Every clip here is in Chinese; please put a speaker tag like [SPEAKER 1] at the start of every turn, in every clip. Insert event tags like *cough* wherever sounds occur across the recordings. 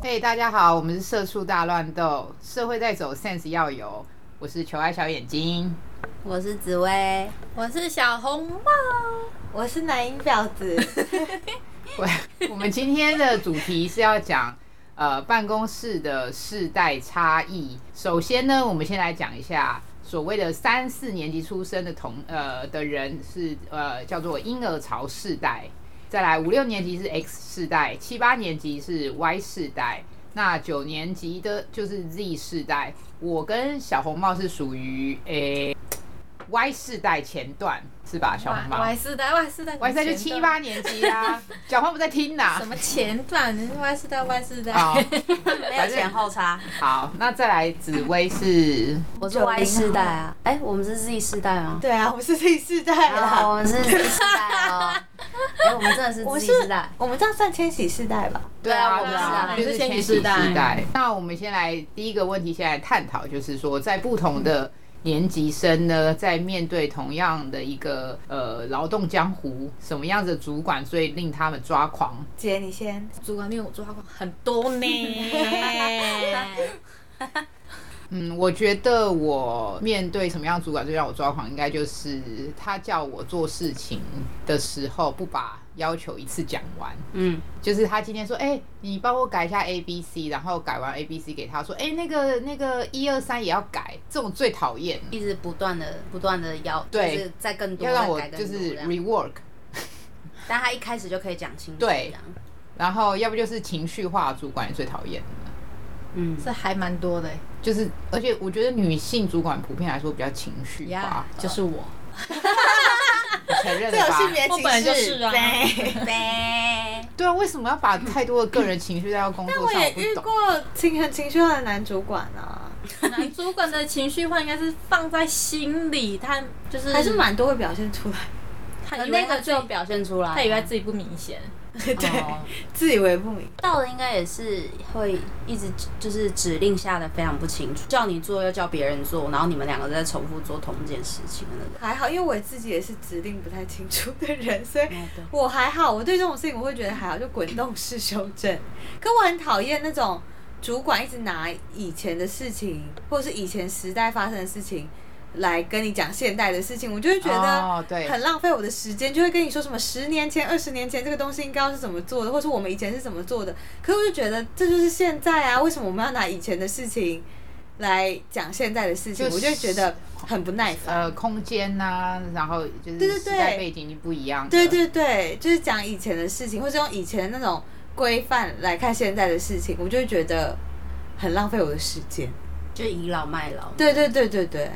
[SPEAKER 1] 嘿、大家好，我们是社畜大乱斗，社会在走，sense 要有。我是求爱小眼睛，
[SPEAKER 2] 我是紫薇，
[SPEAKER 3] 我是小红帽，
[SPEAKER 2] 我是南音婊子。
[SPEAKER 1] 我 *laughs* 我们今天的主题是要讲呃办公室的世代差异。首先呢，我们先来讲一下所谓的三四年级出生的同呃的人是呃叫做婴儿潮世代，再来五六年级是 X 世代，七八年级是 Y 世代。那九年级的就是 Z 世代，我跟小红帽是属于诶 Y 世代前段是吧？ *laughs* 小红帽
[SPEAKER 3] 外四代，外四代，
[SPEAKER 1] Y 世代就七八年级啦、
[SPEAKER 3] *laughs*
[SPEAKER 1] 小红帽不在听呐、
[SPEAKER 3] 什么前段，外四代，外四代，
[SPEAKER 1] 好，
[SPEAKER 2] *laughs* 没
[SPEAKER 1] 反正
[SPEAKER 2] 后差，
[SPEAKER 1] 好，那再来，紫薇是
[SPEAKER 2] 我是 Y 世代啊，哎、我们是 Z 世代吗？
[SPEAKER 4] 对啊，我们是 Z 世代
[SPEAKER 1] 哎
[SPEAKER 2] 啊，我
[SPEAKER 4] 啦，
[SPEAKER 2] 们是 Z 世代哦。
[SPEAKER 1] *laughs*
[SPEAKER 2] 哎、我们真的是
[SPEAKER 4] 我
[SPEAKER 2] Z
[SPEAKER 4] 是
[SPEAKER 2] 世代，
[SPEAKER 4] 我们这样算千禧世代吧？
[SPEAKER 1] 对
[SPEAKER 2] 啊
[SPEAKER 1] 我
[SPEAKER 2] 我
[SPEAKER 1] 们
[SPEAKER 2] 们是啊
[SPEAKER 1] 就是
[SPEAKER 3] 我们是
[SPEAKER 1] 千
[SPEAKER 3] 千
[SPEAKER 1] 禧
[SPEAKER 3] 禧
[SPEAKER 1] 世
[SPEAKER 3] 世代
[SPEAKER 1] 代。那我们先来第一个问题，先来探讨，就是说在不同的年级生呢，在面对同样的一个呃劳动江湖，什么样子的主管最令他们抓狂？
[SPEAKER 4] 姐，你先。
[SPEAKER 3] 主啊管令我抓狂很
[SPEAKER 1] *laughs*
[SPEAKER 3] 多呢。
[SPEAKER 1] 嗯，我觉得我面对什么样的主管最让我抓狂，应该就是他叫我做事情的时候不把要求一次讲完。
[SPEAKER 2] 嗯，
[SPEAKER 1] 就是他今天说，哎、你帮我改一下 A B C，然后改完 A B C 给他说，哎、那个那个一二三也要改，这种最讨厌，
[SPEAKER 2] 一直不断的、不断的要，
[SPEAKER 1] 对
[SPEAKER 2] 就是再更多
[SPEAKER 1] 要让我
[SPEAKER 2] 再改更
[SPEAKER 1] 就
[SPEAKER 2] 多
[SPEAKER 1] 是
[SPEAKER 2] 这样
[SPEAKER 1] rework，
[SPEAKER 2] 但他一开始就可以讲清楚，
[SPEAKER 1] 对
[SPEAKER 2] 这样，
[SPEAKER 1] 然后要不就是情绪化的主管也最讨厌，
[SPEAKER 2] 嗯，
[SPEAKER 3] 这还蛮多的
[SPEAKER 1] 就是而且我觉得女性主管普遍来说比较情绪化
[SPEAKER 3] 呀，就是我，
[SPEAKER 1] 你承认
[SPEAKER 4] 这
[SPEAKER 1] 了
[SPEAKER 4] 有
[SPEAKER 1] 吧？
[SPEAKER 4] 性别
[SPEAKER 3] 我
[SPEAKER 4] 歧
[SPEAKER 3] 本来
[SPEAKER 4] 视，
[SPEAKER 3] 就是啊
[SPEAKER 4] 对 *laughs*
[SPEAKER 2] 呗，
[SPEAKER 1] 对啊，为什么要把太多的个人情绪带到工
[SPEAKER 4] 但
[SPEAKER 1] 作
[SPEAKER 4] 我
[SPEAKER 1] 上？我
[SPEAKER 4] 也
[SPEAKER 1] 不
[SPEAKER 4] 遇
[SPEAKER 1] 懂。
[SPEAKER 4] 过情很情绪化的男主管啊，
[SPEAKER 3] 男主管的情绪化应该是放在心里，他就是
[SPEAKER 4] 还是蛮多会表现出来，
[SPEAKER 3] 他
[SPEAKER 2] 可
[SPEAKER 3] 以为
[SPEAKER 2] 呃那
[SPEAKER 3] 他
[SPEAKER 2] 个
[SPEAKER 3] 自己
[SPEAKER 2] 就表现出来，啊
[SPEAKER 3] 他以为他自己不明显，
[SPEAKER 4] 对，
[SPEAKER 2] 哦
[SPEAKER 4] 自以为不明。
[SPEAKER 2] 到了应该也是会一直就是指令下的非常不清楚，叫你做又叫别人做，然后你们两个在重复做同一件事情的那种。
[SPEAKER 4] 还好，因为我自己也是指令不太清楚的人，所以
[SPEAKER 2] 哦对
[SPEAKER 4] 我还好。我对这种事情我会觉得还好，就滚动式修正。可我很讨厌那种主管一直拿以前的事情，或者是以前时代发生的事情来跟你讲现代的事情，我就会觉
[SPEAKER 1] 哦对
[SPEAKER 4] 得很浪费我的时间，就会跟你说什么十年前、二十年前这个东西应该要是怎么做的，或是我们以前是怎么做的。可是我就觉得这就是现在啊，为什么我们要拿以前的事情来讲现在的事情？
[SPEAKER 1] 就
[SPEAKER 4] 我就会觉得很不耐烦。
[SPEAKER 1] 呃，空间呐、然后就是
[SPEAKER 4] 对对
[SPEAKER 1] 时代
[SPEAKER 4] 对
[SPEAKER 1] 背景已经不一样了
[SPEAKER 4] 对对对，就是讲以前的事情，或者用以前的那种规范来看现在的事情，我就会觉得很浪费我的时间。
[SPEAKER 2] 就倚老卖老。
[SPEAKER 4] 对对对对对，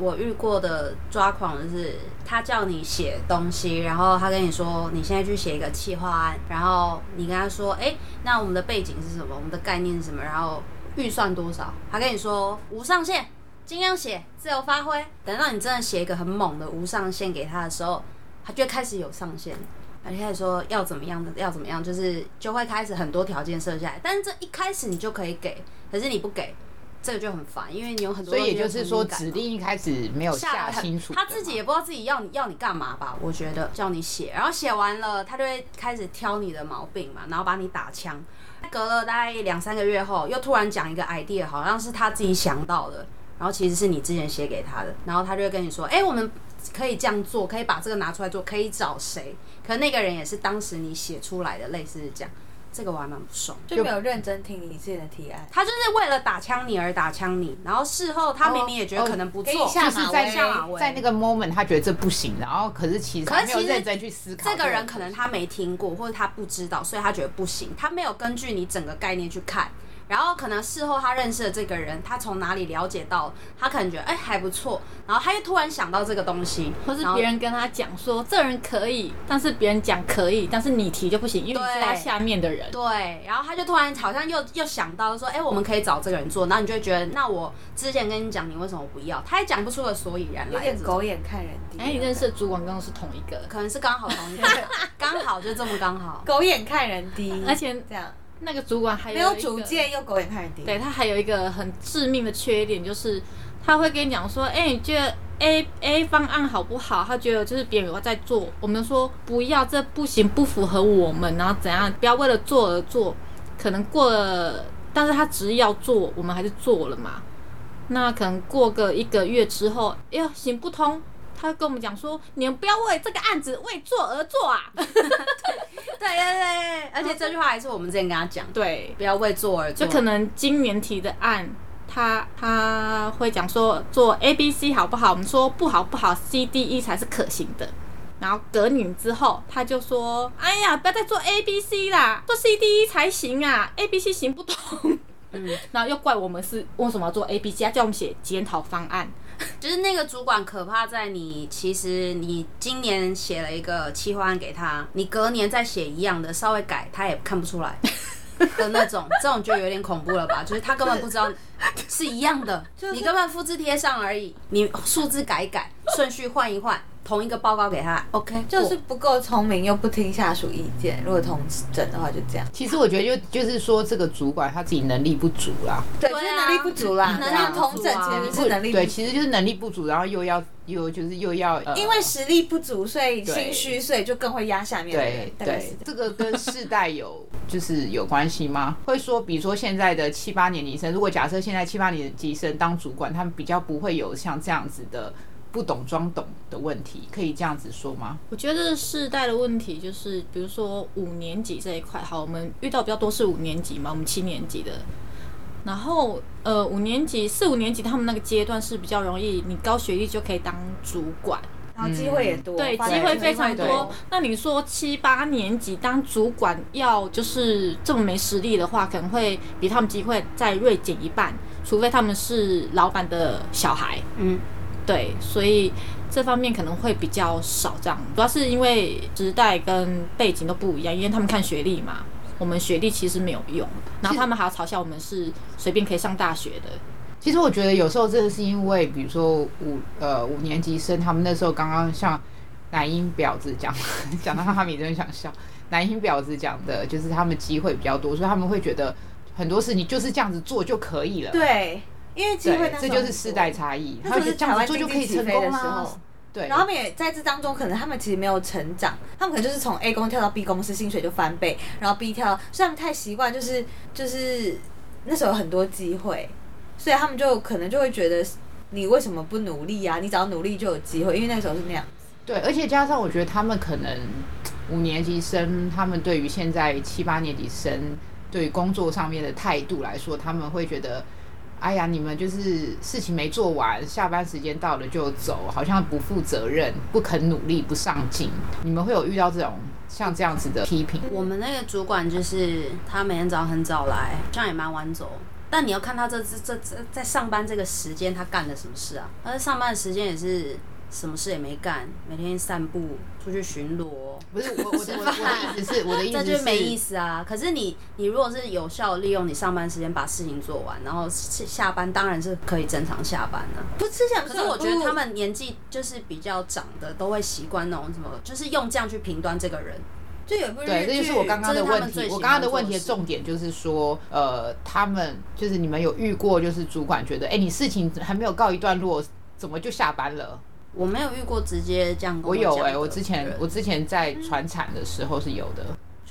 [SPEAKER 2] 我遇过的抓狂就是，他叫你写东西，然后他跟你说你现在去写一个企划案，然后你跟他说，哎、那我们的背景是什么？我们的概念是什么？然后预算多少？他跟你说无上限，尽量写，自由发挥。等到你真的写一个很猛的无上限给他的时候，他就会开始有上限。而且说要怎么样的，要怎么样，就是就会开始很多条件设下来，但是这一开始你就可以给，可是你不给，这个就很烦，因为你有很多
[SPEAKER 1] 所
[SPEAKER 2] 东
[SPEAKER 1] 以
[SPEAKER 2] 西
[SPEAKER 1] 也
[SPEAKER 2] 没有
[SPEAKER 1] 就
[SPEAKER 2] 成就感嘛。
[SPEAKER 1] 是说，指令一开始没有下
[SPEAKER 2] 很
[SPEAKER 1] 清楚的嘛，
[SPEAKER 2] 他自己也不知道自己要你要你干嘛吧？我觉得叫你写，然后写完了，他就会开始挑你的毛病嘛，然后把你打枪。隔了大概两三个月后，又突然讲一个 idea，好像是他自己想到的，然后其实是你之前写给他的，然后他就会跟你说，哎、我们可以这样做，可以把这个拿出来做，可以找谁？可那个人也是当时你写出来的，类似是这样，这个我还蛮不爽。
[SPEAKER 4] 就没有认真听你自己的提案。
[SPEAKER 2] 他就是为了打枪你而打枪你，然后事后他明明也觉得可能不
[SPEAKER 4] 哦哦给
[SPEAKER 2] 错，
[SPEAKER 4] 你下
[SPEAKER 1] 就是在
[SPEAKER 2] 下马威
[SPEAKER 1] 在那个 moment 他觉得这不行，然后可是其实
[SPEAKER 2] 可
[SPEAKER 1] 他
[SPEAKER 2] 是
[SPEAKER 1] 没
[SPEAKER 2] 其
[SPEAKER 1] 有
[SPEAKER 2] 实
[SPEAKER 1] 认真去思考
[SPEAKER 2] 这个人可
[SPEAKER 1] 问
[SPEAKER 2] 能
[SPEAKER 1] 题
[SPEAKER 2] 他没听过，或者他不知道，所以他觉得不行，他没有根据你整个概念去看。然后可能事后他认识的这个人，他从哪里了解到，他可能觉得哎、还不错，然后他又突然想到这个东西，
[SPEAKER 3] 或是
[SPEAKER 2] 然后
[SPEAKER 3] 别人跟他讲说这人可以，但是别人讲可以，但是你提就不行，因为你是
[SPEAKER 2] 对
[SPEAKER 3] 他下面的人。
[SPEAKER 2] 对，然后他就突然好像又又想到说，哎、我们可以找这个人做，然后你就会觉得，那我之前跟你讲，你为什么不要？他也讲不出个所以然
[SPEAKER 4] 有
[SPEAKER 2] 来，
[SPEAKER 4] 点狗眼看人低。
[SPEAKER 3] 哎，你认识的主管跟我是同一个，
[SPEAKER 2] 可能是刚好 *laughs* 同一个，刚好就这么刚好。
[SPEAKER 4] 狗眼看人低，
[SPEAKER 3] 而且
[SPEAKER 4] 这样
[SPEAKER 3] 那个主管还
[SPEAKER 4] 没
[SPEAKER 3] 有
[SPEAKER 4] 有
[SPEAKER 3] 一
[SPEAKER 4] 主
[SPEAKER 3] 个
[SPEAKER 4] 见又狗眼看人低。
[SPEAKER 3] 对，他还有一个很致命的缺点，就是他会跟你讲说，哎、你觉得 A A 方案好不好？他觉得就是别人有在做，我们说不要，这不行，不符合我们，然后怎样，不要为了做而做。可能过了，但是他执意要做，我们还是做了嘛。那可能过个一个月之后，哎呀，行不通。他跟我们讲说，你们不要为这个案子为做而做啊！
[SPEAKER 2] *laughs* 对对对，而且这句话还是我们之前跟他讲，
[SPEAKER 3] 对，
[SPEAKER 2] 不要为做而做，
[SPEAKER 3] 就可能今年提的案，他他会讲说做 A、B、C 好不好？我们说不好不好，C、D、E 才是可行的。然后隔年之后，他就说：“哎呀，不要再做 A、B、C 啦，做 C、D、E 才行啊，A、B、C 行不通。” *laughs* 嗯，然后又怪我们是为什么要做 A、B、C，他叫我们写检讨方案。
[SPEAKER 2] 就是那个主管可怕在你，其实你今年写了一个企划案给他，你隔年再写一样的，稍微改他也看不出来的那种，这种就有点恐怖了吧？就是他根本不知道是一样的，你根本复制贴上而已，你数字改一改，顺序换一换，同一个报告给他，OK，
[SPEAKER 4] 就是不够聪明又不听下属意见。如果同整的话，就这样。
[SPEAKER 1] 其实我觉得就就是说，这个主管他自己能力不足啦，
[SPEAKER 4] 对，
[SPEAKER 2] 啊
[SPEAKER 4] 就是能力不足啦。
[SPEAKER 2] 能力
[SPEAKER 4] 对啊
[SPEAKER 2] 不足啊
[SPEAKER 4] 同整其实是能力不
[SPEAKER 1] 对，
[SPEAKER 4] 足，
[SPEAKER 1] 其实就是能力不足，然后又要又就是又要，呃
[SPEAKER 4] 因为实力不足，所以
[SPEAKER 1] 对
[SPEAKER 4] 心虚，所以就更会压下面的人
[SPEAKER 1] 对。
[SPEAKER 4] 大概是
[SPEAKER 1] 对
[SPEAKER 4] 这，样
[SPEAKER 1] 这个跟世代有就是有关系吗？会说，比如说现在的七八年级生，如果假设现在七八年级生当主管，他们比较不会有像这样子的不懂装懂的问题，可以这样子说吗？
[SPEAKER 3] 我觉得世代的问题就是，比如说五年级这一块，好，我们遇到比较多是五年级嘛，我们七年级的，然后呃五年级四五年级他们那个阶段是比较容易，你高学历就可以当主管，
[SPEAKER 4] 然后机会也多，
[SPEAKER 3] 对，
[SPEAKER 4] 发
[SPEAKER 3] 机
[SPEAKER 4] 展
[SPEAKER 3] 会
[SPEAKER 4] 嗯机
[SPEAKER 3] 非常多
[SPEAKER 4] 多。。
[SPEAKER 3] 那你说七八年级当主管要就是这么没实力的话，可能会比他们机会再锐减一半，除非他们是老板的小孩。
[SPEAKER 2] 嗯，
[SPEAKER 3] 对，所以这方面可能会比较少这样，主要是因为时代跟背景都不一样，因为他们看学历嘛，我们学历其实没有用，然后他们还要嘲笑我们是随便可以上大学的，
[SPEAKER 1] 其实我觉得有时候真的是因为，比如说五呃五年级生，他们那时候刚刚像男音婊子讲讲到他名真的想笑，男音婊子讲的就是他们机会比较多，所以他们会觉得很多事情就是这样子做就可以了。
[SPEAKER 4] 对，因为机会
[SPEAKER 1] 对，
[SPEAKER 4] 那
[SPEAKER 1] 这
[SPEAKER 4] 时候
[SPEAKER 1] 就是
[SPEAKER 4] 很
[SPEAKER 1] 世
[SPEAKER 4] 多
[SPEAKER 1] 代差异，
[SPEAKER 4] 那
[SPEAKER 1] 他们
[SPEAKER 4] 时候
[SPEAKER 1] 就是这
[SPEAKER 4] 台
[SPEAKER 1] 样子
[SPEAKER 4] 湾
[SPEAKER 1] 做
[SPEAKER 4] 经
[SPEAKER 1] 就可
[SPEAKER 4] 济
[SPEAKER 1] 以
[SPEAKER 4] 起
[SPEAKER 1] 成
[SPEAKER 4] 飞的
[SPEAKER 1] 功
[SPEAKER 4] 时
[SPEAKER 1] 啦
[SPEAKER 4] 候。。
[SPEAKER 1] 对，
[SPEAKER 4] 然后他们也在这当中，可能他们其实没有成长，他们可能就是从 A 公司跳到 B 公司，薪水就翻倍，然后 B 跳到，所以他们太习惯，就是就是那时候有很多机会，所以他们就可能就会觉得你为什么不努力啊？你只要努力就有机会，因为那时候是那样。
[SPEAKER 1] 对，而且加上我觉得他们可能五年级生，他们对于现在七八年级生对于工作上面的态度来说，他们会觉得，哎呀，你们就是事情没做完，下班时间到了就走，好像不负责任、不肯努力、不上进。你们会有遇到这种像这样子的批评？
[SPEAKER 2] 我们那个主管就是他每天早上很早来，好像也蛮晚走。但你要看他这这这这在上班这个时间他干了什么事啊？他在上班的时间也是什么事也没干，每天散步、出去巡逻，
[SPEAKER 1] 不是我我的我的我的意思是，我的意
[SPEAKER 2] 这
[SPEAKER 1] 思
[SPEAKER 2] 就是没意思啊。可是你你如果是有效利用你上班时间把事情做完，然后下下班当然是可以正常下班了、
[SPEAKER 4] 不是想
[SPEAKER 2] 可是我觉得他们年纪就是比较长的，都会习惯那种什么，就是用这样去评断这个人。
[SPEAKER 4] 就有一部日剧
[SPEAKER 1] 对，这就是我刚刚的问
[SPEAKER 2] 这
[SPEAKER 1] 题
[SPEAKER 2] 是他们最。喜欢
[SPEAKER 1] 我刚刚的问题
[SPEAKER 2] 做
[SPEAKER 1] 的
[SPEAKER 2] 的事
[SPEAKER 1] 重点就是说，呃，他们就是你们有遇过，就是主管觉得，哎、你事情还没有告一段落，怎么就下班了？
[SPEAKER 2] 我没有遇过直接这样跟
[SPEAKER 1] 我有
[SPEAKER 2] 讲
[SPEAKER 1] 哎、
[SPEAKER 2] 的
[SPEAKER 1] 我之前
[SPEAKER 2] 人
[SPEAKER 1] 我之前在船产的时候是有的，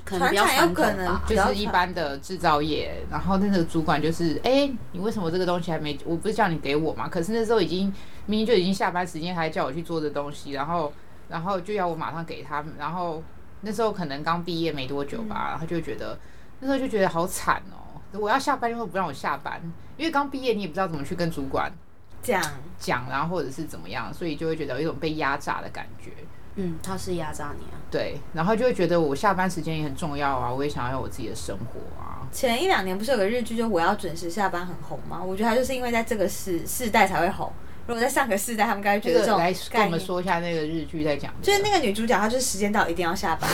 [SPEAKER 2] 可能比较
[SPEAKER 4] 船产有
[SPEAKER 2] 反
[SPEAKER 4] 可
[SPEAKER 2] 感
[SPEAKER 4] 能
[SPEAKER 2] 吧。
[SPEAKER 1] 就
[SPEAKER 4] 比较
[SPEAKER 1] 是一般的制造业，然后那个主管就是，哎、你为什么这个东西还没？我不是叫你给我嘛？可是那时候已经明明就已经下班时间，还叫我去做这东西，然后然后就要我马上给他们，然后那时候可能刚毕业没多久吧，然后就觉得那时候就觉得好惨哦、我要下班又不让我下班，因为刚毕业你也不知道怎么去跟主管
[SPEAKER 4] 讲，
[SPEAKER 1] 讲，然后或者是怎么样，所以就会觉得有一种被压榨的感觉。
[SPEAKER 2] 嗯，他是压榨你啊。
[SPEAKER 1] 对，然后就会觉得我下班时间也很重要啊，我也想要有我自己的生活啊。
[SPEAKER 4] 前一两年不是有个日剧，就我要准时下班很红吗？我觉得他就是因为在这个世世代才会红。如果在上个世代，他们该
[SPEAKER 1] 这
[SPEAKER 4] 觉得这
[SPEAKER 1] 个
[SPEAKER 4] 种
[SPEAKER 1] 来跟
[SPEAKER 4] 概
[SPEAKER 1] 我们
[SPEAKER 4] 念，
[SPEAKER 1] 说一下那个日剧在讲的，
[SPEAKER 4] 就是那个女主角，她就是时间到一定要下班。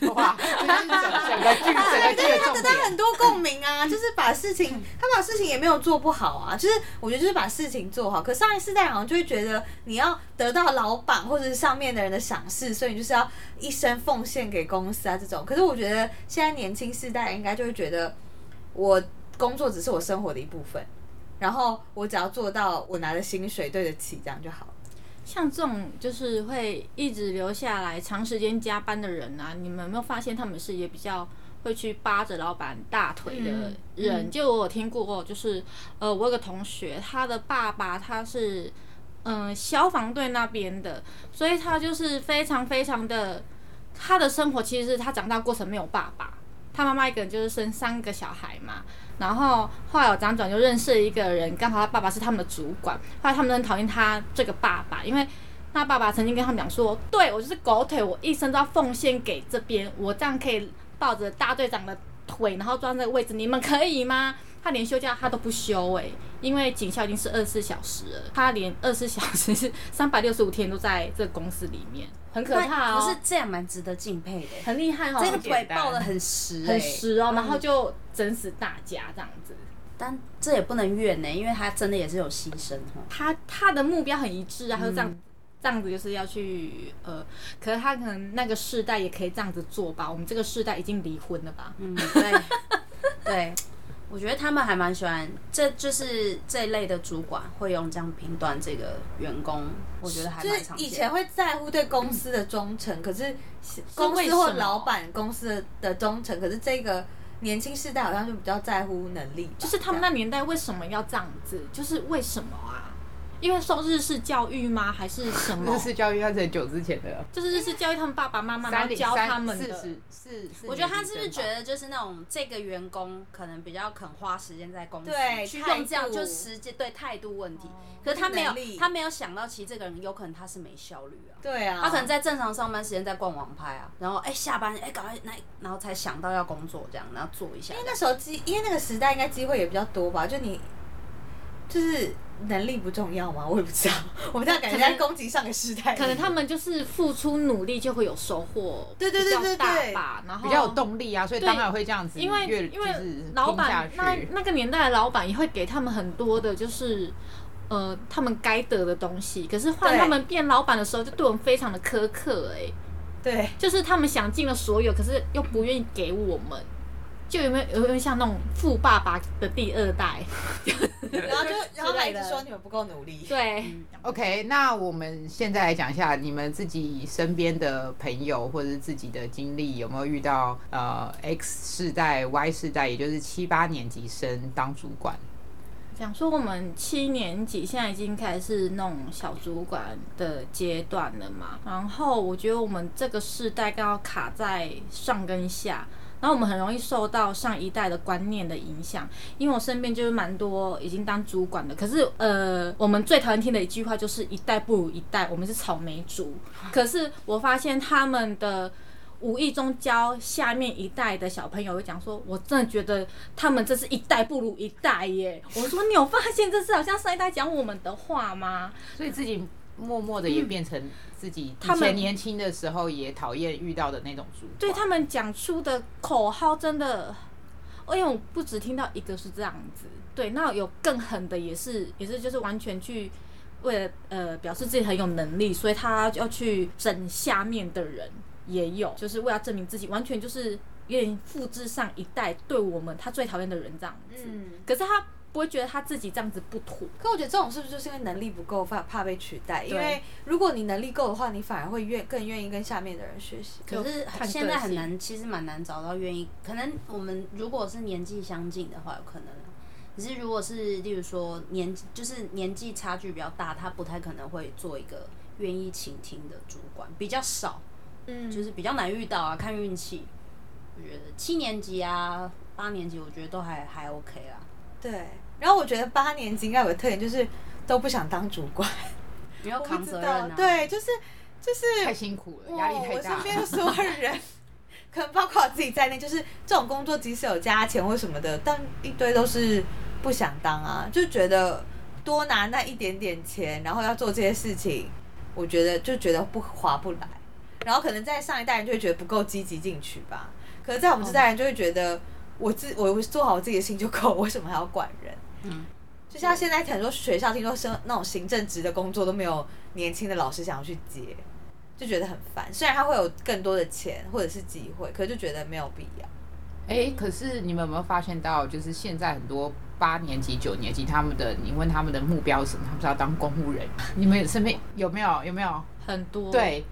[SPEAKER 1] 个 *laughs* 哇，这就是整个剧整个剧的重
[SPEAKER 4] 他很
[SPEAKER 1] 点。
[SPEAKER 4] 多共鸣
[SPEAKER 1] *laughs*
[SPEAKER 4] 啊，就是把事情，他把事情也没有做不好啊，就是我觉得就是把事情做好。可上一世代好像就会觉得你要得到老板或者是上面的人的赏识，所以你就是要一生奉献给公司啊这种。可是我觉得现在年轻世代应该就会觉得，我工作只是我生活的一部分，然后我只要做到我拿的薪水对得起，这样就好了。
[SPEAKER 3] 像这种就是会一直留下来、长时间加班的人啊，你们有没有发现他们是也比较会去扒着老板大腿的
[SPEAKER 4] 嗯
[SPEAKER 3] 人。就我有听过，就是呃，我有个同学，他的爸爸他是嗯、呃消防队那边的，所以他就是非常非常的，他的生活其实是他长大过程没有爸爸。他妈妈一个人就是生三个小孩嘛，然后后来我辗转就认识了一个人，刚好他爸爸是他们的主管，后来他们很讨厌他这个爸爸，因为那爸爸曾经跟他们讲说，对我就是狗腿，我一生都要奉献给这边，我这样可以抱着大队长的腿，然后坐在那个位置，你们可以吗？他连休假他都不休诶、因为警校已经是二十四小时了，他连二十四小时 *laughs* 是三百六十五天都在这个公司里面，很可怕哦、
[SPEAKER 2] 不是这样蛮值得敬佩的，
[SPEAKER 3] 很厉害哦、
[SPEAKER 2] 这个腿
[SPEAKER 1] 简单
[SPEAKER 2] 抱得很实、欸，
[SPEAKER 3] 很实
[SPEAKER 1] 嗯
[SPEAKER 3] 哦、然后就整死大家这样子。
[SPEAKER 2] 但这也不能怨呢、欸因为他真的也是有牺牲哈。
[SPEAKER 3] 他他的目标很一致啊，他就这样、
[SPEAKER 1] 嗯
[SPEAKER 3] 这样子就是要去呃，可是他可能那个世代也可以这样子做吧。我们这个世代已经离婚了吧？
[SPEAKER 2] 嗯，对， *laughs* 对，我觉得他们还蛮喜欢，这就是这一类的主管会用这样评断这个员工，我觉得还
[SPEAKER 4] 就
[SPEAKER 2] 蛮
[SPEAKER 4] 是
[SPEAKER 2] 常见的。
[SPEAKER 4] 以前会在乎对公司的忠诚，可是公
[SPEAKER 3] 嗯为
[SPEAKER 4] 司
[SPEAKER 3] 什
[SPEAKER 4] 或
[SPEAKER 3] 么
[SPEAKER 4] 老板公司的忠诚，可是这个年轻世代好像就比较在乎能力吧，
[SPEAKER 3] 就是他们那年代为什么要这样子？就是为什么啊？因为受日式教育吗？还是什么
[SPEAKER 1] 日？式教育要在久之前的
[SPEAKER 3] 就是日式教育，他们爸爸妈妈然
[SPEAKER 1] 三
[SPEAKER 3] 后
[SPEAKER 1] 零
[SPEAKER 3] 教他
[SPEAKER 1] 三
[SPEAKER 3] 们
[SPEAKER 1] 四
[SPEAKER 3] 的。
[SPEAKER 1] 十四，40
[SPEAKER 2] 我觉得他是不是
[SPEAKER 1] 年级
[SPEAKER 2] 觉
[SPEAKER 1] 生吧
[SPEAKER 2] 得就是那种这个员工可能比较肯花时间在公司，
[SPEAKER 4] 对
[SPEAKER 2] 去
[SPEAKER 4] 态
[SPEAKER 2] 用这样
[SPEAKER 4] 度哦
[SPEAKER 2] 就时间对态度问题，可是他没有
[SPEAKER 4] 能力
[SPEAKER 2] 他没有想到，其实这个人有可能他是没效率啊。
[SPEAKER 4] 对啊，
[SPEAKER 2] 他可能在正常上班时间在逛网拍啊，然后哎、下班哎赶、快那然后才想到要工作这样，然后做一下
[SPEAKER 4] 因为那时候机，因为那个时代应该机会也比较多吧，就你就是能力不重要吗？我也不知道，我们这样感觉在攻击上个时代，
[SPEAKER 3] 可能他们就是付出努力就会有收获，
[SPEAKER 4] 对对对
[SPEAKER 3] 比较
[SPEAKER 4] 对
[SPEAKER 3] 大
[SPEAKER 4] 对
[SPEAKER 3] 吧，然后
[SPEAKER 1] 比较有动力啊，所以
[SPEAKER 3] 对
[SPEAKER 1] 当然会这样子越，
[SPEAKER 3] 因为因
[SPEAKER 1] 就
[SPEAKER 3] 为
[SPEAKER 1] 是
[SPEAKER 3] 老
[SPEAKER 1] 拼下
[SPEAKER 3] 板
[SPEAKER 1] 去
[SPEAKER 3] 那那个年代的老板也会给他们很多的，就是呃他们该得的东西。可是换
[SPEAKER 4] 对
[SPEAKER 3] 他们变老板的时候，就对我们非常的苛刻、欸， *laughs*
[SPEAKER 4] 对
[SPEAKER 3] 就是他们想尽了所有，可是又不愿意给我们。就有没有有没有像那种富爸爸的第二代？
[SPEAKER 4] 然后就然后还
[SPEAKER 3] 之类
[SPEAKER 4] 一直
[SPEAKER 3] 的
[SPEAKER 4] 说你们不够努力，
[SPEAKER 3] 对，
[SPEAKER 1] OK，那我们现在来讲一下你们自己身边的朋友或者是自己的经历，有没有遇到呃 X 世代、Y 世代，也就是七八年级生当主管？
[SPEAKER 3] 讲说我们七年级现在已经开始弄小主管的阶段了嘛，然后我觉得我们这个世代刚好卡在上跟下，然后我们很容易受到上一代的观念的影响，因为我身边就是蛮多已经当主管的，可是呃，我们最讨厌听的一句话就是一代不如一代，我们是草莓族，可是我发现他们的。无意中教下面一代的小朋友会讲说，我真的觉得他们这是一代不如一代耶。我说你有发现这是好像上一代讲我们的话吗？
[SPEAKER 1] 所以自己默默的也
[SPEAKER 4] 嗯
[SPEAKER 1] 变成自己以
[SPEAKER 3] 他们
[SPEAKER 1] 前年轻的时候也讨厌遇到的那种主管。
[SPEAKER 3] 对他们讲出的口号真的，因为我不只听到一个是这样子，对，那有更狠的也是也是就是完全去为了呃表示自己很有能力，所以他要去整下面的人也有，就是为了证明自己，完全就是有点复制上一代对我们他最讨厌的人这样子。
[SPEAKER 4] *laughs* 嗯。
[SPEAKER 3] 可是他不会觉得他自己这样子不妥，
[SPEAKER 4] 可我觉得这种是不是就是因为能力不够，怕怕被取代？因
[SPEAKER 3] 对
[SPEAKER 4] 为如果你能力够的话，你反而会愿更愿意跟下面的人学习。
[SPEAKER 2] 可是
[SPEAKER 3] 就看个
[SPEAKER 2] 现在很
[SPEAKER 3] 性
[SPEAKER 2] 难，其实蛮难找到愿意。可能我们如果是年纪相近的话，有可能啊。可是如果是例如说年，就是年纪差距比较大，他不太可能会做一个愿意倾听的主管，比较少，
[SPEAKER 4] 嗯，
[SPEAKER 2] 就是比较难遇到啊，看运气。我觉得七年级啊、八年级，我觉得都还还 OK 啦。
[SPEAKER 4] 对。然后我觉得八年级应该有个特点就是都不想当主管，
[SPEAKER 2] 你要
[SPEAKER 4] 我不
[SPEAKER 2] 扛
[SPEAKER 4] 知
[SPEAKER 2] 责任
[SPEAKER 4] 道
[SPEAKER 2] 啊，，
[SPEAKER 4] 对，就是就是
[SPEAKER 1] 太辛苦了，压力
[SPEAKER 4] 哇
[SPEAKER 1] 太大
[SPEAKER 4] 我身
[SPEAKER 1] 了。
[SPEAKER 4] 边的所有人，可能包括我自己在内，就是这种工作，即使有加钱或什么的，但一堆都是不想当啊，就觉得多拿那一点点钱，然后要做这些事情，我觉得就觉得不划不来。然后可能在上一代人就会觉得不够积极进取吧，可是在
[SPEAKER 1] 嗯
[SPEAKER 4] 我们这代人就会觉得我自我做好我自己的事情就够，为什么还要管人？
[SPEAKER 2] 嗯，
[SPEAKER 4] 就像现在很多学校听说生那种行政职的工作都没有年轻的老师想要去接，就觉得很烦。虽然他会有更多的钱或者是机会，可是就觉得没有必要。
[SPEAKER 1] *laughs* 哎，可是你们有没有发现到，就是现在很多八年级、九年级他们的，你问他们的目标是什么，他们是要当公务
[SPEAKER 4] *laughs*
[SPEAKER 1] 人。你们身边有没有？有没有？
[SPEAKER 3] 很多，
[SPEAKER 1] 对，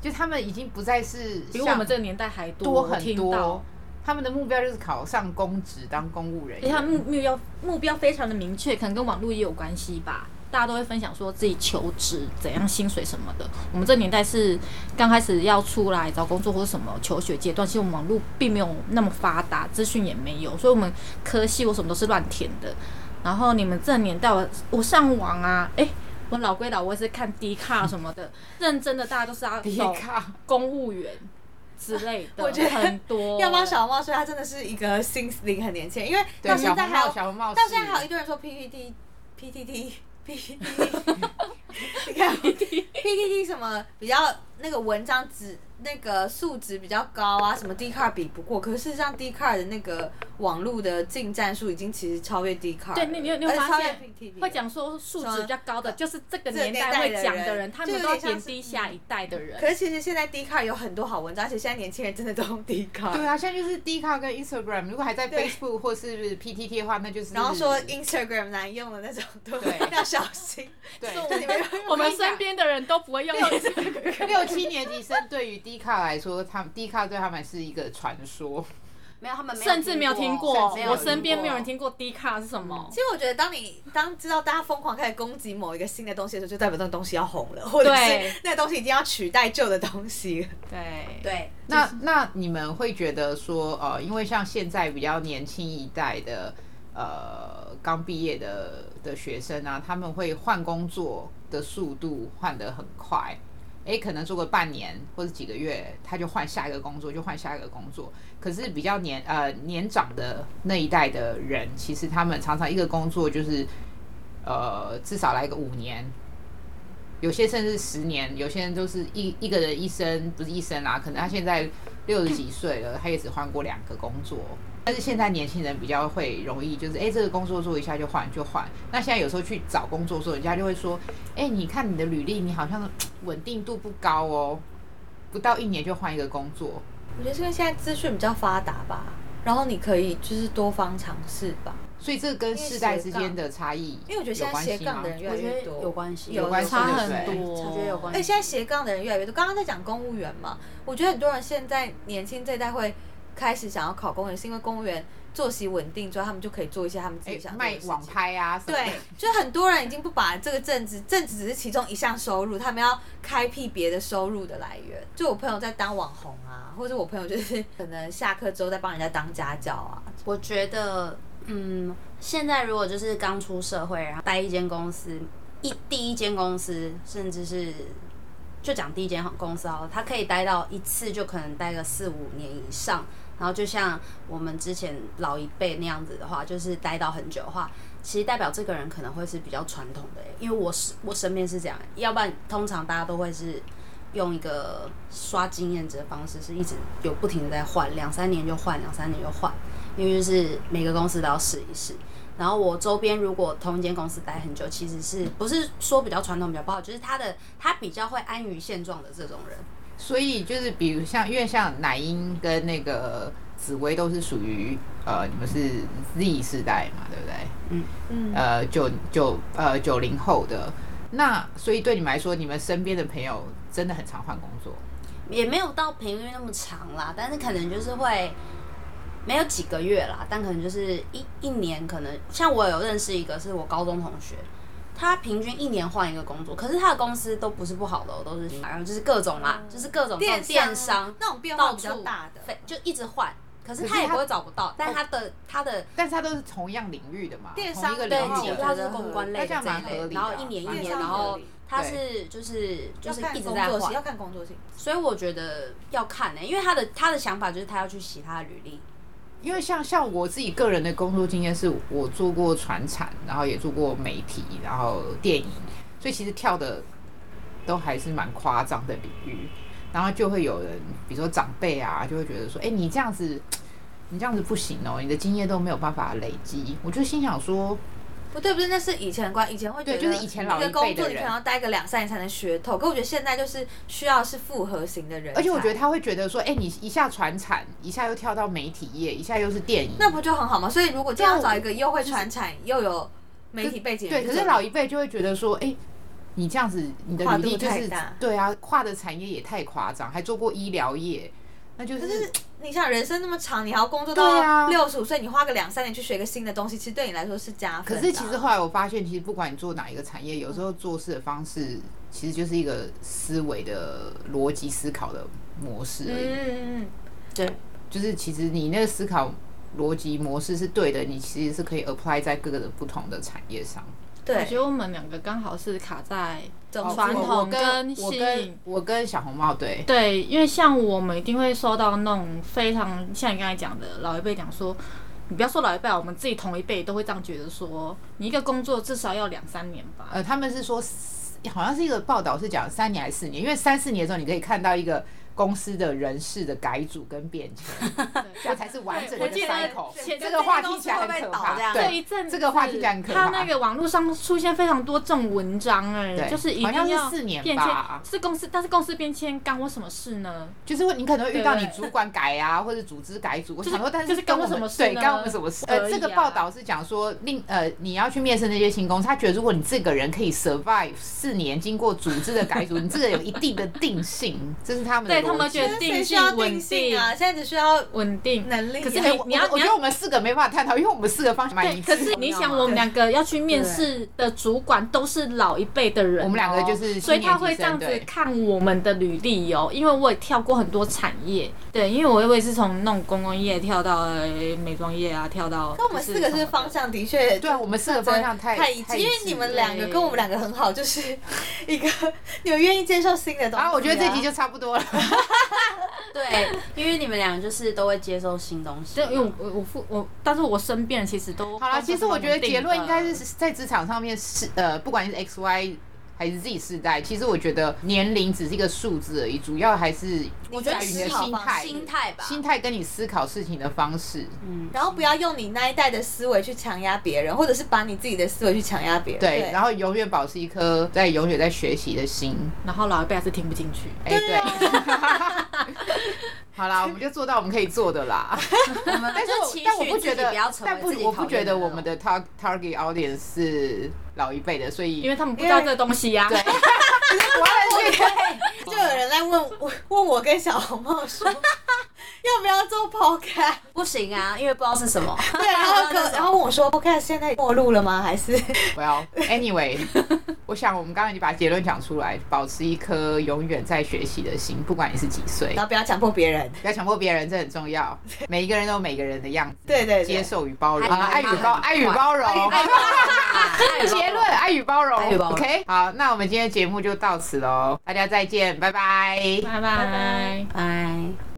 [SPEAKER 1] 就他们已经不再是
[SPEAKER 3] 比我
[SPEAKER 1] 像
[SPEAKER 3] 们这个年代还多
[SPEAKER 1] 多
[SPEAKER 3] 我
[SPEAKER 1] 很
[SPEAKER 3] 听到
[SPEAKER 1] 多，他们的目标就是考上公职当公务人
[SPEAKER 3] 因为
[SPEAKER 1] *laughs*
[SPEAKER 3] 他
[SPEAKER 1] 员。
[SPEAKER 3] 目目标目标非常的明确，可能跟网络也有关系吧。大家都会分享说自己求职怎样、薪水什么的。我们这年代是刚开始要出来找工作或者什么求学阶段，其实我们网络并没有那么发达，资讯也没有，所以我们科系我什么都是乱填的。然后你们这年代我，我上网啊，诶，我老归老，我也是看 D 卡什么的，认真的大家都是要
[SPEAKER 1] 迪
[SPEAKER 3] 走
[SPEAKER 1] 卡，
[SPEAKER 3] 公务员之类的，
[SPEAKER 4] 我觉得
[SPEAKER 3] 很多。
[SPEAKER 4] 要帮小红帽说，他真的是一个新零很年轻人，因为
[SPEAKER 1] 对
[SPEAKER 4] 到
[SPEAKER 1] 小
[SPEAKER 4] 现在
[SPEAKER 1] 红
[SPEAKER 4] 还
[SPEAKER 1] 帽，
[SPEAKER 4] 有
[SPEAKER 1] 小红帽是，
[SPEAKER 4] 到现在还有一堆人说 PPT、PTT、PPT，你看 PTT 什么比较那个文章值那个素质比较高啊，什么 d c a r 比不过，可是事实上 d c a r 的那个网络的进战术已经其实超越 d c a r
[SPEAKER 3] 对你你有你有发
[SPEAKER 4] 超越
[SPEAKER 3] 现
[SPEAKER 4] PTT
[SPEAKER 3] 会讲说素质比较高的，就是呃这个年
[SPEAKER 4] 这
[SPEAKER 3] 代
[SPEAKER 4] 个
[SPEAKER 3] 会
[SPEAKER 4] 年代的人
[SPEAKER 3] 讲的人，他们都要
[SPEAKER 4] 就有
[SPEAKER 3] 贬
[SPEAKER 4] 点像是
[SPEAKER 3] 低下一代的人
[SPEAKER 4] 可。是其实现在 d c a r 有很多好文章，而且现在年轻人真的都用 d c a r
[SPEAKER 1] 对啊，现在就是 D 卡跟 Instagram，如果还在
[SPEAKER 4] 对
[SPEAKER 1] Facebook 或是 PTT 的话，那就是
[SPEAKER 4] 然后说 Instagram 难用的那种，都
[SPEAKER 1] 对
[SPEAKER 4] 要小心。
[SPEAKER 1] 对
[SPEAKER 3] *laughs* 是我
[SPEAKER 4] 就你们
[SPEAKER 3] 我们身边的人都不会用这个。
[SPEAKER 1] 六七年级生对于 D 卡来说，他们 D 卡对他们是一个传说。
[SPEAKER 2] 没有他们
[SPEAKER 3] 甚至没有听过，
[SPEAKER 1] 甚至没有听过
[SPEAKER 3] 我身边没有人听过 D 卡是什么
[SPEAKER 4] 其。实我觉得，当你当知道大家疯狂开始攻击某一个新的东西的时候，就代表那个东西要红了，或者
[SPEAKER 3] 对
[SPEAKER 4] 是那个东西已经要取代旧的东西了。
[SPEAKER 3] 对，
[SPEAKER 2] 对，
[SPEAKER 1] 那那你们会觉得说，呃，因为像现在比较年轻一代的，呃，刚毕业的的学生啊，他们会换工作的速度换得很快，诶，可能做个半年或者几个月，他就换下一个工作，就换下一个工作。可是比较年呃年长的那一代的人，其实他们常常一个工作就是，呃，至少来个五年，有些甚至十年，有些人都是一一个人一生不是一生啊啦，可能他现在六十几岁了，他也只换过两个工作。但是现在年轻人比较会容易，就是哎、诶这个工作做一下就换就换。那现在有时候去找工作的时候，人家就会说，哎、你看你的履历，你好像稳定度不高哦，不到一年就换一个工作。
[SPEAKER 4] 我觉得是因为现在资讯比较发达吧，然后你可以就是多方尝试吧。
[SPEAKER 1] 所以这跟世代之间的差异
[SPEAKER 4] 因为我觉得现
[SPEAKER 1] 有
[SPEAKER 4] 在
[SPEAKER 1] 关
[SPEAKER 4] 斜
[SPEAKER 1] 系
[SPEAKER 4] 杠
[SPEAKER 1] 吗
[SPEAKER 4] 的？人越
[SPEAKER 2] 我
[SPEAKER 4] 来
[SPEAKER 2] 觉
[SPEAKER 4] 越
[SPEAKER 2] 得
[SPEAKER 4] 多，
[SPEAKER 2] 有关系，
[SPEAKER 1] 有关系
[SPEAKER 3] 差
[SPEAKER 1] 对
[SPEAKER 3] 很
[SPEAKER 1] 不对
[SPEAKER 3] 多，
[SPEAKER 2] 我觉得有关
[SPEAKER 4] 哎、
[SPEAKER 2] 系。
[SPEAKER 4] 现在斜杠的人越来越多。刚刚在讲公务员嘛，我觉得很多人现在年轻这一代会开始想要考公务员，是因为公务员作息稳定之后，他们就可以做一些他们自己
[SPEAKER 1] 诶
[SPEAKER 4] 想做的
[SPEAKER 1] 哎卖
[SPEAKER 4] 事情
[SPEAKER 1] 网拍啊什么的，
[SPEAKER 4] 对，就很多人已经不把这个正职，正职只是其中一项收入，他们要开辟别的收入的来源。就我朋友在当网红啊，或者我朋友就是可能下课之后在帮人家当家教啊。
[SPEAKER 2] 我觉得，嗯，现在如果就是刚出社会，然后待一间公司，一第一间公司，甚至是就讲第一间公司好了，他可以待到一次就可能待个四五年以上。然后就像我们之前老一辈那样子的话，就是待到很久的话，其实代表这个人可能会是比较传统的、因为我是我身边是这样、要不然通常大家都会是用一个刷经验值的方式，是一直有不停的在换，两三年就换，两三年就换。因为就是每个公司都要试一试。然后我周边如果同一间公司待很久，其实是不是说比较传统比较不好，就是他的他比较会安于现状的这种人。
[SPEAKER 1] 所以就是比如像，因为像乃英跟那个紫薇都是属于呃，你们是 Z 世代嘛，对不对？
[SPEAKER 4] 嗯，
[SPEAKER 1] 呃，九九呃九零后的，那所以对你们来说，你们身边的朋友真的很常换工作，
[SPEAKER 2] 也没有到频率那么长啦，但是可能就是会没有几个月啦，但可能就是一一年，可能像我有认识一个是我高中同学，他平均一年换一个工作，可是他的公司都不是不好的哦、都是反正就是各种啦，就是各种
[SPEAKER 4] 电
[SPEAKER 2] 电
[SPEAKER 4] 商
[SPEAKER 2] 商
[SPEAKER 4] 那种变化
[SPEAKER 2] 到
[SPEAKER 4] 比较
[SPEAKER 2] 处
[SPEAKER 4] 大的
[SPEAKER 2] 飞就一直换，可是
[SPEAKER 1] 可是
[SPEAKER 2] 他也
[SPEAKER 1] 他
[SPEAKER 2] 不会找不到，但他的他的
[SPEAKER 1] 但是他都是同样领域的嘛，
[SPEAKER 4] 电
[SPEAKER 1] 同一
[SPEAKER 4] 商
[SPEAKER 1] 个
[SPEAKER 4] 的
[SPEAKER 1] 领
[SPEAKER 2] 对，
[SPEAKER 4] 话
[SPEAKER 1] 域
[SPEAKER 4] 我
[SPEAKER 2] 几乎
[SPEAKER 1] 的
[SPEAKER 4] 觉
[SPEAKER 2] 他
[SPEAKER 4] 得
[SPEAKER 2] 是公关类
[SPEAKER 1] 那
[SPEAKER 2] 的
[SPEAKER 1] 这样蛮
[SPEAKER 2] 这一
[SPEAKER 1] 合
[SPEAKER 2] 类
[SPEAKER 1] 理的
[SPEAKER 2] 的，然
[SPEAKER 1] 啊
[SPEAKER 2] 后一年一
[SPEAKER 1] 蛮
[SPEAKER 2] 年，
[SPEAKER 4] 合理
[SPEAKER 2] 然后
[SPEAKER 4] 的
[SPEAKER 2] 他是就是就
[SPEAKER 4] 要
[SPEAKER 2] 是
[SPEAKER 4] 看
[SPEAKER 2] 一直
[SPEAKER 4] 工
[SPEAKER 2] 在
[SPEAKER 4] 作性，要
[SPEAKER 2] 换，
[SPEAKER 4] 看工作性。
[SPEAKER 2] 所以我觉得要看呢、因为他的他的想法就是他要去洗他的履历，
[SPEAKER 1] 因为像像我自己个人的工作经验，是我做过传产，然后也做过媒体，然后电影，所以其实跳的都还是蛮夸张的领域。然后就会有人，比如说长辈啊，就会觉得说：“哎、你这样子，你这样子不行哦，你的经验都没有办法累积。”我就心想说，
[SPEAKER 4] 不对不对，那是以前观，以前会觉得
[SPEAKER 1] 对就是以前老一辈
[SPEAKER 4] 个工作
[SPEAKER 1] 的
[SPEAKER 4] 你可
[SPEAKER 1] 人
[SPEAKER 4] 能要待个两三年才能学透，可我觉得现在就是需要是复合型的人才，
[SPEAKER 1] 而且我觉得他会觉得说：“哎、你一下传产，一下又跳到媒体业，一下又是电影，
[SPEAKER 4] 那不就很好吗？所以如果今天要
[SPEAKER 1] 对啊
[SPEAKER 4] 找一个又会传产又有媒体背景的
[SPEAKER 1] 对，
[SPEAKER 4] 人，
[SPEAKER 1] 可是老一辈就会觉得说，哎、你这样子，你的
[SPEAKER 4] 跨
[SPEAKER 1] 履
[SPEAKER 4] 度
[SPEAKER 1] 历就
[SPEAKER 4] 太
[SPEAKER 1] 是
[SPEAKER 4] 大
[SPEAKER 1] 对啊，跨的产业也太夸张，还做过医疗业，那就
[SPEAKER 4] 可
[SPEAKER 1] 是
[SPEAKER 4] 是你想，人生那么长，你还要工作
[SPEAKER 1] 对啊
[SPEAKER 4] 到六十五岁，你花个两三年去学一个新的东西，其实对你来说是加分
[SPEAKER 1] 可
[SPEAKER 4] 的啊。嗯
[SPEAKER 1] 是其实后来我发现，其实不管你做哪一个产业，有时候做事的方式其实就是一个思维的逻辑思考的模式而已。
[SPEAKER 4] 嗯，嗯嗯
[SPEAKER 2] 对，
[SPEAKER 1] 就是其实你那个思考逻辑模式是对的，你其实是可以 apply 在各个的不同的产业上。
[SPEAKER 4] 嗯，
[SPEAKER 3] 我觉
[SPEAKER 4] 对，
[SPEAKER 3] 得我们两个刚好是卡在
[SPEAKER 4] 总
[SPEAKER 3] 传
[SPEAKER 4] 之
[SPEAKER 3] 统
[SPEAKER 1] 哦我跟
[SPEAKER 3] 跟
[SPEAKER 1] 我
[SPEAKER 3] 吸
[SPEAKER 1] 跟
[SPEAKER 3] 引
[SPEAKER 1] 我跟小红帽对，
[SPEAKER 3] 对，因为像我们一定会收到那种非常像你刚才讲的老一辈讲说，你不要说老一辈啊，我们自己同一辈都会这样觉得说，你一个工作至少要两三年吧。
[SPEAKER 1] 呃，他们是说四好像是一个报道是讲三年还是四年，因为三四年的时候你可以看到一个公司的人事的改组跟变迁，
[SPEAKER 3] *laughs*
[SPEAKER 1] 这样才是完整的
[SPEAKER 3] 我记得
[SPEAKER 1] cycle。
[SPEAKER 3] 前
[SPEAKER 1] 这个话听起来很可
[SPEAKER 2] 会被倒这
[SPEAKER 1] 怕，
[SPEAKER 2] 样
[SPEAKER 3] 这
[SPEAKER 1] 对
[SPEAKER 3] 一阵子
[SPEAKER 1] 这个话题感可怕
[SPEAKER 3] 他那个网络上出现非常多这种文章哎、
[SPEAKER 1] 对
[SPEAKER 3] 就是一
[SPEAKER 1] 好像
[SPEAKER 3] 定
[SPEAKER 1] 是
[SPEAKER 3] 要
[SPEAKER 1] 四年
[SPEAKER 3] 变迁
[SPEAKER 1] 吧，
[SPEAKER 3] 是公司，但是公司变迁干我什么事呢？
[SPEAKER 1] 就是会你可能会遇到你
[SPEAKER 3] 对
[SPEAKER 1] 主管改啊，或者组织改组。我
[SPEAKER 3] 就是
[SPEAKER 1] 想说，但
[SPEAKER 3] 就是
[SPEAKER 1] 跟
[SPEAKER 3] 干我
[SPEAKER 1] 们
[SPEAKER 3] 什么事
[SPEAKER 1] 对，
[SPEAKER 3] 呢
[SPEAKER 1] 干我们什么事？呃，
[SPEAKER 3] 而已
[SPEAKER 1] 这个
[SPEAKER 3] 啊
[SPEAKER 1] 报道是讲说，另呃，你要去面试那些新公司，他觉得如果你这个人可以 survive 四年，经过组织的改组，你这个有一定的定性，这是他们的
[SPEAKER 3] 对他
[SPEAKER 1] 逻
[SPEAKER 3] 们
[SPEAKER 1] 辑
[SPEAKER 3] 觉得
[SPEAKER 4] 那谁需要定性啊？现在只需要
[SPEAKER 3] 稳定。
[SPEAKER 4] 能力啊。
[SPEAKER 3] 可是
[SPEAKER 1] 哎
[SPEAKER 3] 你
[SPEAKER 1] 我
[SPEAKER 3] 你要
[SPEAKER 1] 我我
[SPEAKER 3] 你
[SPEAKER 1] 觉
[SPEAKER 3] 要
[SPEAKER 1] 得我们四个没办法探讨，因为我们四个方向蛮
[SPEAKER 3] 对，
[SPEAKER 1] 一
[SPEAKER 3] 可
[SPEAKER 1] 致
[SPEAKER 3] 是
[SPEAKER 1] 的。
[SPEAKER 3] 你想，我们两个要去面试的主管都是老一辈的人哦、
[SPEAKER 1] 我们两个就是
[SPEAKER 3] 所以他会
[SPEAKER 1] 新年级生
[SPEAKER 3] 这样子
[SPEAKER 1] 对
[SPEAKER 3] 看我们的履历哦，因为我也跳过很多产业，对，因为我我也是从那种公关业跳到呃美妆业啊，跳到。
[SPEAKER 4] 那我们四个是方向的确
[SPEAKER 1] 对啊，我们四个方向太
[SPEAKER 4] 太一致，因为你们两个跟我们两个很好，就是一个你们愿意接受新的东西、
[SPEAKER 1] 啊，我觉得这集就差不多了。
[SPEAKER 2] 对，因为你们俩就是都会接受新东西
[SPEAKER 3] 对，，因为我我我父我，但是我身边人其实都
[SPEAKER 1] 好了，其实我觉得结论应该是
[SPEAKER 3] 都
[SPEAKER 1] 在职场上面是呃，不管你是 X Y 还是 Z 世代，其实我觉得年龄只是一个数字而已，主要还是
[SPEAKER 4] 我觉得
[SPEAKER 1] 在于你的
[SPEAKER 4] 思考
[SPEAKER 1] 心
[SPEAKER 4] 方
[SPEAKER 1] 态、
[SPEAKER 2] 心态吧，
[SPEAKER 1] 心态跟你思考事情的方式。
[SPEAKER 2] 嗯，
[SPEAKER 4] 然后不要用你那一代的思维去强压别人，或者是把你自己的思维去强压别人。
[SPEAKER 1] 对，然
[SPEAKER 4] 后
[SPEAKER 1] 后永远保持一颗在永远在学习的心。
[SPEAKER 3] 然后老一辈还是听不进去。
[SPEAKER 1] 哎、对。 *laughs* 好啦，我们就做到我们可以做的啦。
[SPEAKER 2] 我们
[SPEAKER 1] 但是
[SPEAKER 2] 啊
[SPEAKER 1] 我
[SPEAKER 2] 就期
[SPEAKER 1] 但我
[SPEAKER 2] 许
[SPEAKER 1] 不
[SPEAKER 2] 自
[SPEAKER 1] 觉
[SPEAKER 2] 己
[SPEAKER 1] 得
[SPEAKER 2] 不要，成
[SPEAKER 1] 但
[SPEAKER 2] 为
[SPEAKER 1] 不
[SPEAKER 2] 自己
[SPEAKER 1] 我不
[SPEAKER 2] 讨
[SPEAKER 1] 觉
[SPEAKER 2] 厌
[SPEAKER 1] 得
[SPEAKER 2] 的
[SPEAKER 1] 我
[SPEAKER 2] 那
[SPEAKER 1] 们
[SPEAKER 2] 种
[SPEAKER 1] 的 tar target audience 是老一辈的，所以
[SPEAKER 3] 因为他们不知道这个东西呀、 *laughs*
[SPEAKER 1] 对，我要去
[SPEAKER 4] 就有人来问 *laughs* 我，问我跟小红帽说 *laughs* 要不要做 podcast，
[SPEAKER 2] 不行啊，因为不知道是什么。
[SPEAKER 4] 对，然
[SPEAKER 2] *laughs*
[SPEAKER 4] 后跟然后问我说 podcast 现在末路了吗？还是 *laughs*
[SPEAKER 1] ，Well anyway，我 *laughs* 想我们刚刚已经把结论讲出来，保持一颗永远在学习的心，不管你是几岁
[SPEAKER 4] 然，后不要强迫别人。
[SPEAKER 1] 不要强迫别人，这很重
[SPEAKER 2] *laughs*
[SPEAKER 1] 要。每一个人都有每个人的样子，
[SPEAKER 4] 对对对
[SPEAKER 1] 接受与包容，
[SPEAKER 2] 爱
[SPEAKER 1] 好了爱与
[SPEAKER 2] 与
[SPEAKER 1] 包
[SPEAKER 2] 包
[SPEAKER 1] 爱与包容。结论：爱与包容
[SPEAKER 2] 爱与包容
[SPEAKER 1] OK，好，那我们今天的节目就到此喽，大家再见，拜拜。
[SPEAKER 3] 拜拜
[SPEAKER 2] 拜。